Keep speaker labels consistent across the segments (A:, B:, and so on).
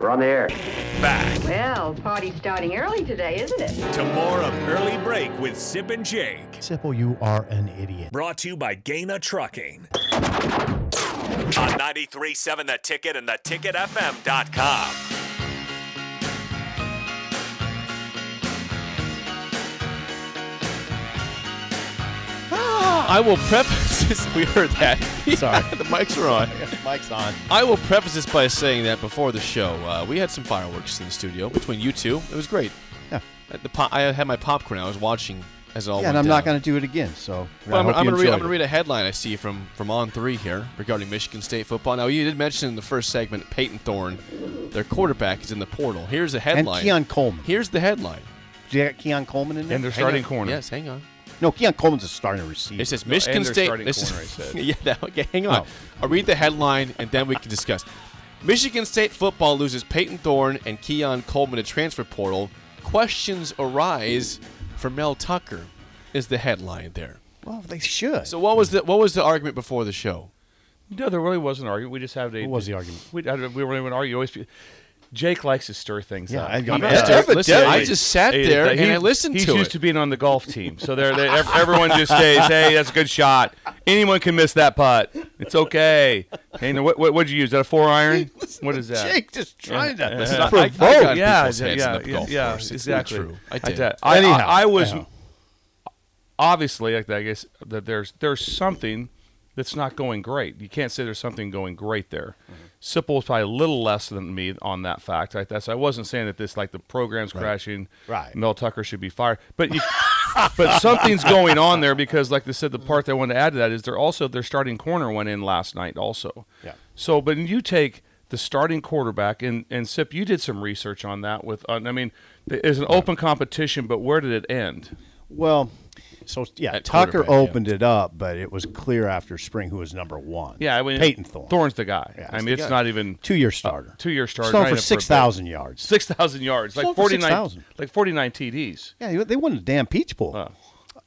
A: We're on the air.
B: Back
C: Well, party's starting early today, isn't it?
B: to more of Early Break with Sip and Jake.
D: Sipple, you are an idiot.
B: Brought to you by Gaina Trucking. On 93.7 The Ticket and theticketfm.com.
E: I will preface this. We heard that.
D: Sorry.
E: the mics are on.
D: Mike's on.
E: I will preface this by saying that before the show, uh, we had some fireworks in the studio between you two. It was great.
D: Yeah.
E: At the po- I had my popcorn. I was watching as it all.
D: Yeah, and I'm not going to do it again. So I
E: I'm,
D: hope
E: I'm
D: you
E: gonna read.
D: enjoyed
E: I'm gonna
D: it.
E: read a headline I see from from On Three here regarding Michigan State football. Now you did mention in the first segment Peyton Thorne, their quarterback is in the portal. Here's the
D: And
E: headline.
D: Keon Coleman.
E: Here's the headline.
D: Do you got Keon Coleman in there?
F: And their
E: Hang
F: starting
E: on.
F: corner.
E: Yes, hang on.
D: no, Keon Coleman's a starting receiver.
E: It says
F: No,
E: Michigan
F: and their
E: State.
F: starting
E: This is-
F: corner, I said.
E: yeah, that, okay, hang on. I'll read the headline and then we can discuss. Michigan State football loses Peyton Thorne and Keon Coleman to transfer portal. Questions arise for Mel Tucker is the headline there.
D: well, they should.
E: So what was the what was the argument before the show?
F: No, there really was an argument. We just had a.
D: What was the argument?
F: We, I, don't- we weren't even arguing. Always, be- Jake likes to stir things
D: Yeah,
F: up.
D: I- I'm
F: He-
D: not
F: Yeah.
D: stirring-
E: listen,
D: evidently.
E: I just sat
F: Hey,
E: there
F: he-
E: and I listened
F: he's
E: to
F: used
E: it.
F: to being on the golf team, so they're, they ev- everyone just stays. Hey, that's a good shot. Anyone can miss that putt. It's okay. Hey, now, what, what what'd you use? Is that a four iron? What is that?
D: Jake just trying to
E: Listen, I- I- I
D: provoke.
E: got people's
F: yeah, yeah,
E: heads in
F: yeah,
E: the golf
F: yeah,
E: course. It's not
F: exactly.
E: true. I did.
F: I,
D: Anyhow,
F: I, I was
D: anyhow.
F: obviously like I guess that there's there's something that's not going great. You can't say there's something going great there.
E: Mm-hmm.
F: Sipple was probably a little less than me on that fact. Like that's I wasn't saying that this like the program's crashing.
D: Right.
F: Mel Tucker should be fired, but you, but something's going on there because like they said, the part that I wanted to add to that is they're also their starting corner went in last night also.
D: Yeah.
F: So, but you take the starting quarterback, and and Sip, you did some research on that. With on I mean, it's an open competition, but where did it end?
D: Well, so yeah,
E: At
D: Tucker
E: quarterback, yeah.
D: opened it up, but it was clear after spring who was number one.
F: Yeah, I mean,
D: Peyton Thorne,
F: Thorne's the guy.
D: Yeah,
F: I
D: he's
F: mean,
D: the
F: it's
E: guy.
F: not even
D: two-year starter.
F: two-year starter,
D: Started
F: not
D: for
F: even for a bit.
D: six thousand yards.
F: six thousand yards, like
D: Still over
F: forty nine,
D: 6,000.
F: like forty nine TDs.
D: Yeah, they- they won the damn Peach Bowl.
F: Uh,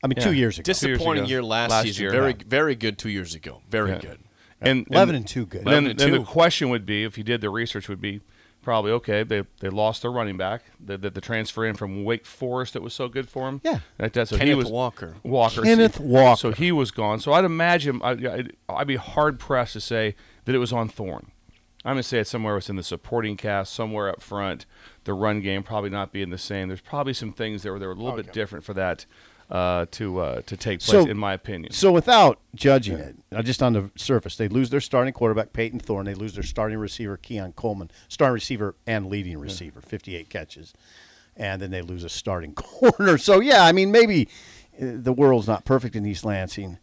D: I mean, two
F: yeah.
D: years ago.
F: Dis- years
E: Disappointing
F: ago.
E: year last,
F: Last
E: season.
F: year.
E: very
F: Yeah.
E: very good two years ago. Very
F: Yeah.
E: good.
F: And,
D: Eleven and two good.
F: Then,
E: 11 and
F: then the
E: two.
F: question would be, if you did the research, would be probably okay. They they lost their running back. The, the, the transfer in from Wake Forest that was so good for him.
D: Yeah.
F: like that. So he
E: Kenneth
F: was
E: Walker.
F: Walker.
D: Kenneth
F: So-
D: Walker.
F: So he was gone. So I'd imagine I, I'd, I'd be hard pressed to say that it was on Thorne. I'm gonna say it's somewhere it's in the supporting cast, somewhere up front. The run game probably not being the same. There's probably some things that were that were a little bit different for that uh, to uh, to take place,
D: Oh, So-
F: in my opinion.
D: So without judging it, uh, just on the surface, they lose their starting quarterback Peyton Thorne. They lose their starting receiver Keon Coleman, starting receiver and leading receiver, 58 catches, and then they lose a starting corner. So yeah, I mean maybe uh, the world's not perfect in East Lansing.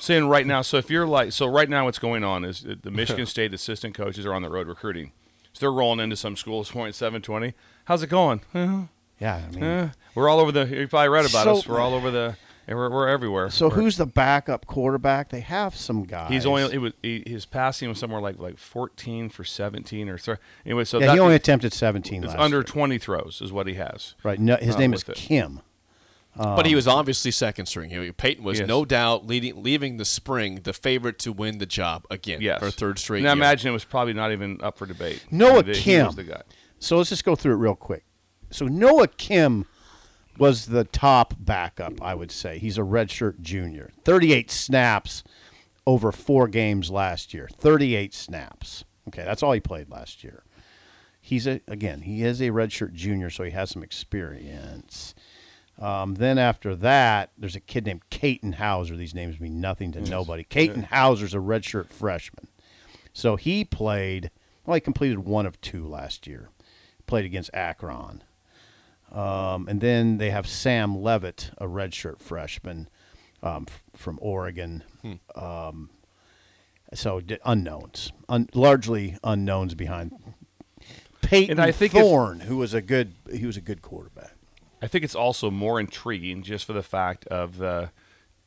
F: saying right now. So if you're like, so right now, what's going on is that the Michigan State assistant coaches are on the road recruiting. So they're rolling into some schools. This morning at seven twenty. How's it going? "Uh,
D: Yeah, I mean.
F: uh." we're all over the. You probably read about
D: So-
F: us. We're all over the. and We're, we're everywhere.
D: So
F: We're-
D: who's the backup quarterback? They have some guys.
F: He's only. It was he, his passing was somewhere like like fourteen for seventeen or so. Anyway, so
D: yeah,
F: that
D: he only attempted 17
F: it's
D: last
F: under
D: year.
F: twenty throws is what he has.
D: Right. No, his
F: uh,
D: name is
F: with it.
D: Kim.
E: But he was obviously second string. You know, Peyton was
F: Um, Yes.
E: no doubt leading, leaving the spring the favorite to win the job again
F: Yes,
E: for third straight.
F: Now
E: year.
F: imagine it was probably not even up for debate.
D: Noah
F: He- he
D: Kim.
F: was the guy.
D: So let's just go through it real quick. So Noah Kim was the top backup, I would say. He's a redshirt junior. 38 snaps over four games last year. 38 snaps. Okay, that's all he played last year. He's a again, he is a redshirt junior, so he has some experience. Um, then after that, there's a kid named Caton Hauser. These names mean nothing to nobody. Caton Hauser's a redshirt freshman. So he played, well, he completed one of two last year. Played against Akron. Um, and then they have Sam Levitt, a redshirt freshman um, f- from Oregon. Um,
F: Hmm.
D: so d- unknowns, un- largely unknowns behind Peyton
F: I think if-
D: Thorne, who was a good he was a good quarterback.
F: I think it's also more intriguing just for the fact of the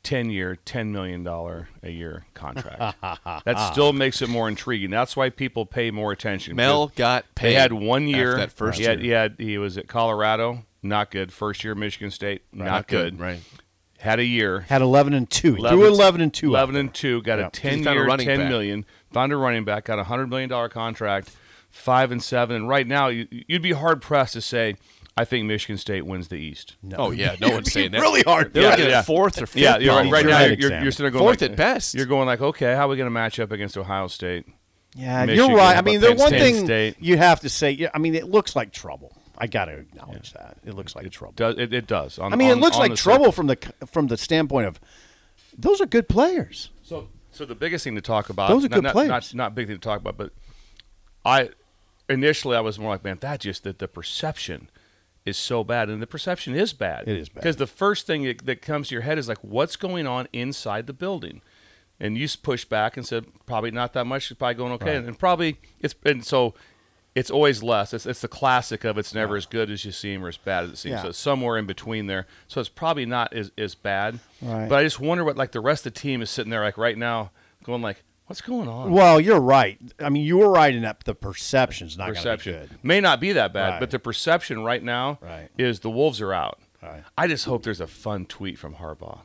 F: 10 year, $10 million a year contract. that still makes it more intriguing. That's why people pay more attention.
E: Mel got paid.
F: They had one
E: after
F: year.
E: That first
F: he
E: year.
F: had, He, had, he was at Colorado, not good. First year, Michigan State, not, good.
E: Right.
F: Had a year.
D: Had eleven and two. He
F: 11
D: threw eleven and two. out
F: 11
D: there.
F: and 2, got
D: Yeah.
F: a 10
E: He found a
F: year,
E: running
F: ten million.
E: back.
F: Found a running back, got a $100 million contract five and seven. And right now, you, you'd be hard pressed to say, I think Michigan State wins the East.
D: No.
E: Oh yeah, no one's saying that.
D: really hard.
E: They're
F: Yeah,
E: looking
F: yeah.
E: at fourth or fifth.
F: Yeah, you're right,
E: probably.
F: right now.
D: Right
F: You're, you're,
D: exam.
F: you're sitting there going
E: fourth
F: like,
E: at best.
F: You're going like, okay, how are we going to match up against Ohio State?
D: Yeah,
F: Michigan,
D: you're right. I
F: but
D: mean, the
F: Penn
D: one
F: State-
D: thing
F: State.
D: you have to say, yeah, I mean, it looks like trouble. I got to acknowledge that. It looks like trouble.
F: Does it, it does? on-
D: I mean,
F: on-
D: it looks
F: on
D: like
F: the
D: trouble from the from the standpoint of those are good players.
F: So, so the biggest thing to talk about.
D: Those are
F: not,
D: good
F: not,
D: players.
F: Not, not big thing to talk about, but I initially I was more like, man, that just that the perception is so bad, and the perception is bad.
D: It is bad.
F: because the first thing that, that comes to your head is like, what's going on inside the building? And you s- pushed back and said, probably not that much. It's probably going okay, and, and probably it's and so. It's always less. It's, it's the classic of it's never as good as you seem or as bad as it seems.
D: Yeah.
F: So it's somewhere in between there. So it's probably not as, as bad.
D: Right.
F: But I just wonder what like the rest of the team is sitting there like right now going like, what's going on?
D: Well, you're right. I mean, you were right in that the perception's not going to be
F: perception
D: good.
F: may not be that bad,
D: Right.
F: but the perception right now
D: Right.
F: is the Wolves are out.
D: Right.
F: I just hope there's a fun tweet from Harbaugh.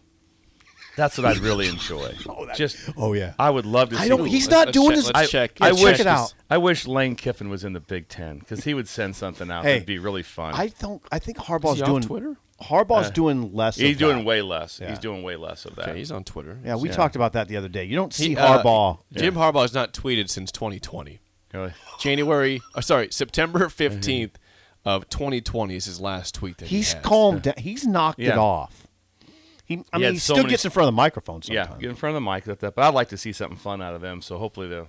F: That's what I'd really enjoy. just
D: oh, yeah.
F: I would love to.
D: I
F: see
D: don't.
F: what-
D: He's
E: let's-
D: not
E: let's
D: doing
E: check-
D: his.
E: let's check.
F: I
E: Yeah,
F: wish
D: check it out.
F: I wish Lane Kiffin was in the Big Ten because he would send something out.
D: Hey,
F: It'd be really fun.
D: I don't. I think Harbaugh's
E: he on
D: doing
E: Twitter? Uh,
D: Harbaugh's doing less.
F: he's
D: of
F: doing
D: that.
F: way less.
D: Yeah.
F: He's doing way less of that.
E: Okay, he's on Twitter.
D: Yeah, we
F: Yeah.
D: talked about that the other day. You don't see
E: He, uh,
D: Harbaugh.
E: Jim Harbaugh's not tweeted since 2020.
F: Really?
E: January, oh, sorry, September 15th of 2020 is his last tweet that
D: He's
E: he has.
D: calmed down. He's knocked it
F: Yeah.
D: off. He. I
F: He
D: mean,
F: had
D: he
F: so
D: still
F: many-
D: gets in front of the microphone sometimes.
F: Yeah, get in front of the mic with that. But I'd like to see something fun out of them. So hopefully they'll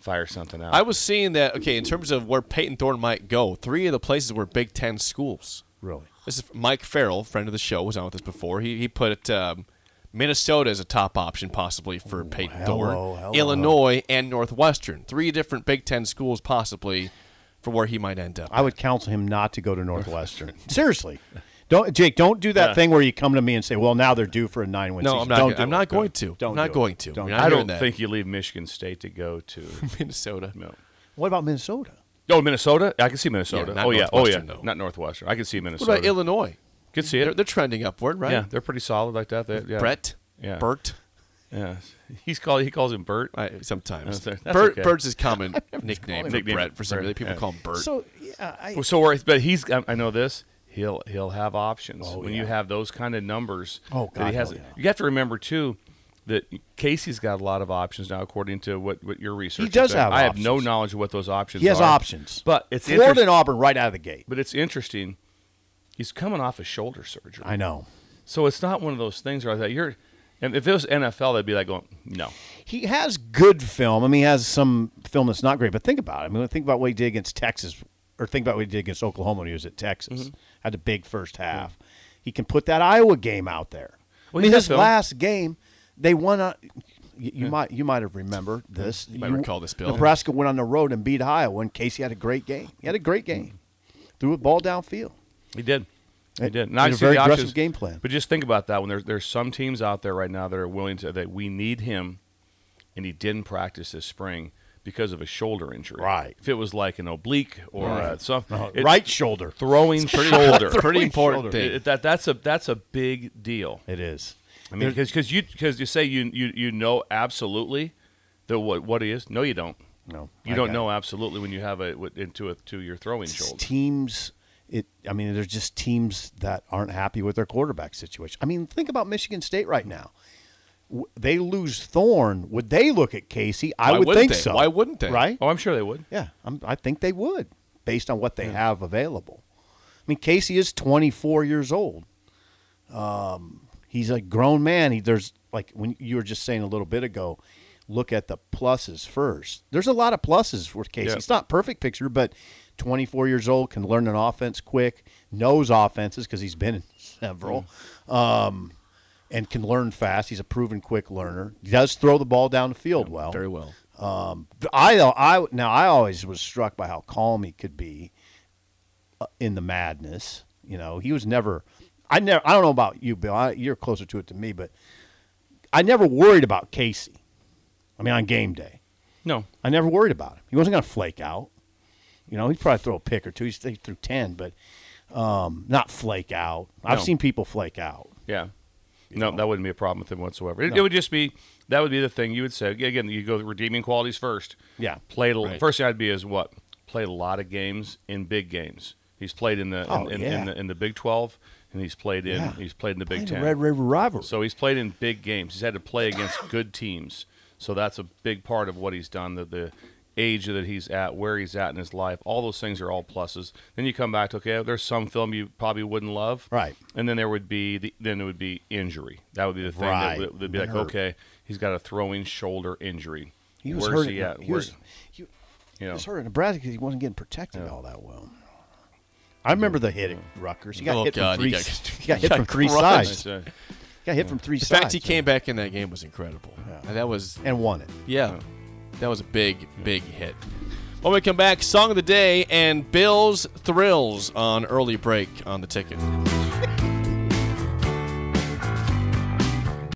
F: fire something out.
E: I was seeing that, okay, in terms of where Peyton Thorne might go, three of the places were Big Ten schools.
D: Really.
E: This is Mike Farrell, friend of the show, was on with us before. He, he put um, Minnesota as a top option possibly for Peyton
D: hello,
E: Dorn,
D: hello.
E: Illinois, and Northwestern. Three different Big Ten schools possibly for where he might end up.
D: I would counsel him not to go to Northwestern. Seriously. Don't Jake, don't do that thing where you come to me and say, "Well, now they're due for a nine-win
E: no,
D: season."
E: I'm not.
D: Don't
E: gonna-
D: do
E: I'm
D: it.
E: not going to.
D: Don't
E: I'm not
D: do it.
E: going to.
D: Don't
E: You're
D: do
E: not
F: I
E: hearing
F: don't
E: that.
F: think you leave Michigan State to go to.
E: Minnesota.
F: no.
D: What about Minnesota?
F: Oh, Minnesota? I can see Minnesota.
E: Yeah, not
F: oh yeah. Oh yeah.
E: Northwestern, though.
F: Not Northwestern. I can see
E: What
F: Minnesota.
E: about Illinois?
F: Could see it.
E: They're, they're trending upward, right?
F: Yeah, they're pretty solid like that. They, yeah.
E: Brett,
F: Yeah.
E: Bert.
F: Yeah. He's called. He calls him Bert.
E: I, sometimes
F: That's- that's
E: Bert,
F: okay.
E: Bert's his common nickname
F: him
E: for
F: Nickname
E: Brett for some
F: Brett,
E: reason. People
F: yeah.
E: call him Bert.
D: So, yeah, I,
F: Well, So, we're- but he's. I I know this. He'll he'll have options
D: Oh,
F: when
D: yeah.
F: you have those kind of numbers.
D: Oh,
F: that
D: God,
F: he has.
D: hell yeah.
F: You have to remember too that Casey's got a lot of options now, according to what, what your research. has
D: does
F: been.
D: have
F: I have
D: options.
F: no knowledge of what those options.
D: he has
F: are,
D: options.
F: but it's
D: Florida
F: interest-
D: and Auburn right out of the gate.
F: But it's interesting. He's coming off a shoulder surgery,
D: I know.
F: so it's not one of those things where I thought you're. And if it was NFL, they'd be like going, no.
D: He has good film. I mean, he has some film that's not great, but think about it. I mean, think about what he did against Texas, or think about what he did against Oklahoma when he was at Texas. Had the big first half. He can put that Iowa game out there.
F: Well,
D: I mean,
F: he's got
D: his
F: film.
D: last game, they won. A, you you might you might have remembered this. You
E: might recall this, Bill.
D: Nebraska went on the road and beat Iowa, and Casey had a great game. He had a great game. Threw a ball downfield.
F: He did. He
D: It-
F: did.
D: it was
F: Now I
D: Eh, a
F: see
D: very
F: the
D: aggressive
F: options,
D: game plan.
F: But just think about that. When there's there's some teams out there right now that are willing to that we need him, and he didn't practice this spring because of a shoulder injury.
D: Right.
F: If it was like an oblique or uh, something,
D: right shoulder.
F: throwing shoulder,
E: Pretty important
F: It-
E: thing.
F: it- that that's a that's a big deal.
D: It is.
F: I mean, because you because you say you you you know absolutely that what what he is. No, you don't.
D: No,
F: You
D: I
F: don't
D: got
F: know absolutely when you have a what- into a to your throwing
D: It's
F: shoulder.
D: teams. It. I mean, there's just teams that aren't happy with their quarterback situation. I mean, think about Michigan State right now. W- They lose Thorne. Would they look at Casey? I
E: Why
D: would
E: wouldn't
D: think
E: they?
D: so.
E: Why wouldn't they?
D: Right?
F: Oh, I'm sure they would.
D: Yeah, I'm, I think they would, based on what they have available. I mean, Casey is 24 years old. Um, he's a grown man. He, there's like when you were just saying a little bit ago, look at the pluses first. There's a lot of pluses for Casey.
F: Yeah.
D: It's not perfect picture, but 24 years old can learn an offense quick, knows offenses because he's been in several. Um, and can learn fast. He's a proven quick learner. He does throw the ball down the field well.
E: Very well.
D: I I now I always was struck by how calm he could be uh, in the madness. You know, he was never. I never. I don't know about you, Bill. I, you're closer to it than me, but I never worried about Casey. I mean, on game day,
F: No,
D: I never worried about him. He wasn't going to flake out. You know, he'd probably throw a pick or two. He's, he threw ten, but um, not flake out. I've
F: No.
D: seen people flake out.
F: Yeah. No, that wouldn't be a problem with him whatsoever. It, it would just be that would be the thing you would say again. You go the redeeming qualities first.
D: Yeah.
F: Play the
E: Right.
F: first thing I'd be is what played a lot of games in big games. He's played in the
D: Oh,
F: in, in,
D: yeah.
F: in the in the Big Twelve, and he's played in
D: Yeah.
F: he's played in the Big
D: Played in
F: Ten.
D: Red River rivalry.
F: So he's played in big games. He's had to play against good teams. So that's a big part of what he's done. The, the age that he's at, where he's at in his life, all those things are all pluses. Then you come back to okay, there's some film you probably wouldn't love,
D: Right.
F: And then there would be the, then it would be injury. That would be the thing
D: Right.
F: that would that'd be
D: Been
F: like
D: hurt.
F: okay, he's got a throwing shoulder injury.
D: He was
F: Where's
D: hurt.
F: he at?
D: He
F: Where-
D: was, he,
F: you
D: he
F: know.
D: was hurt in Nebraska because he wasn't getting protected all that well. I remember the hit at Rutgers. He got
E: Oh,
D: hit
E: God,
D: from
E: he
D: three.
E: got-
D: Got,
E: he
D: got hit
E: got
D: from three
E: crushed.
D: sides.
F: It's, uh,
D: Got hit from three
E: The
D: sides.
E: fact he came back in that game was incredible. And that was
D: and won it.
E: Yeah. That was a big, big hit. When we come back, song of the day and Bill's Thrills on early break on the ticket.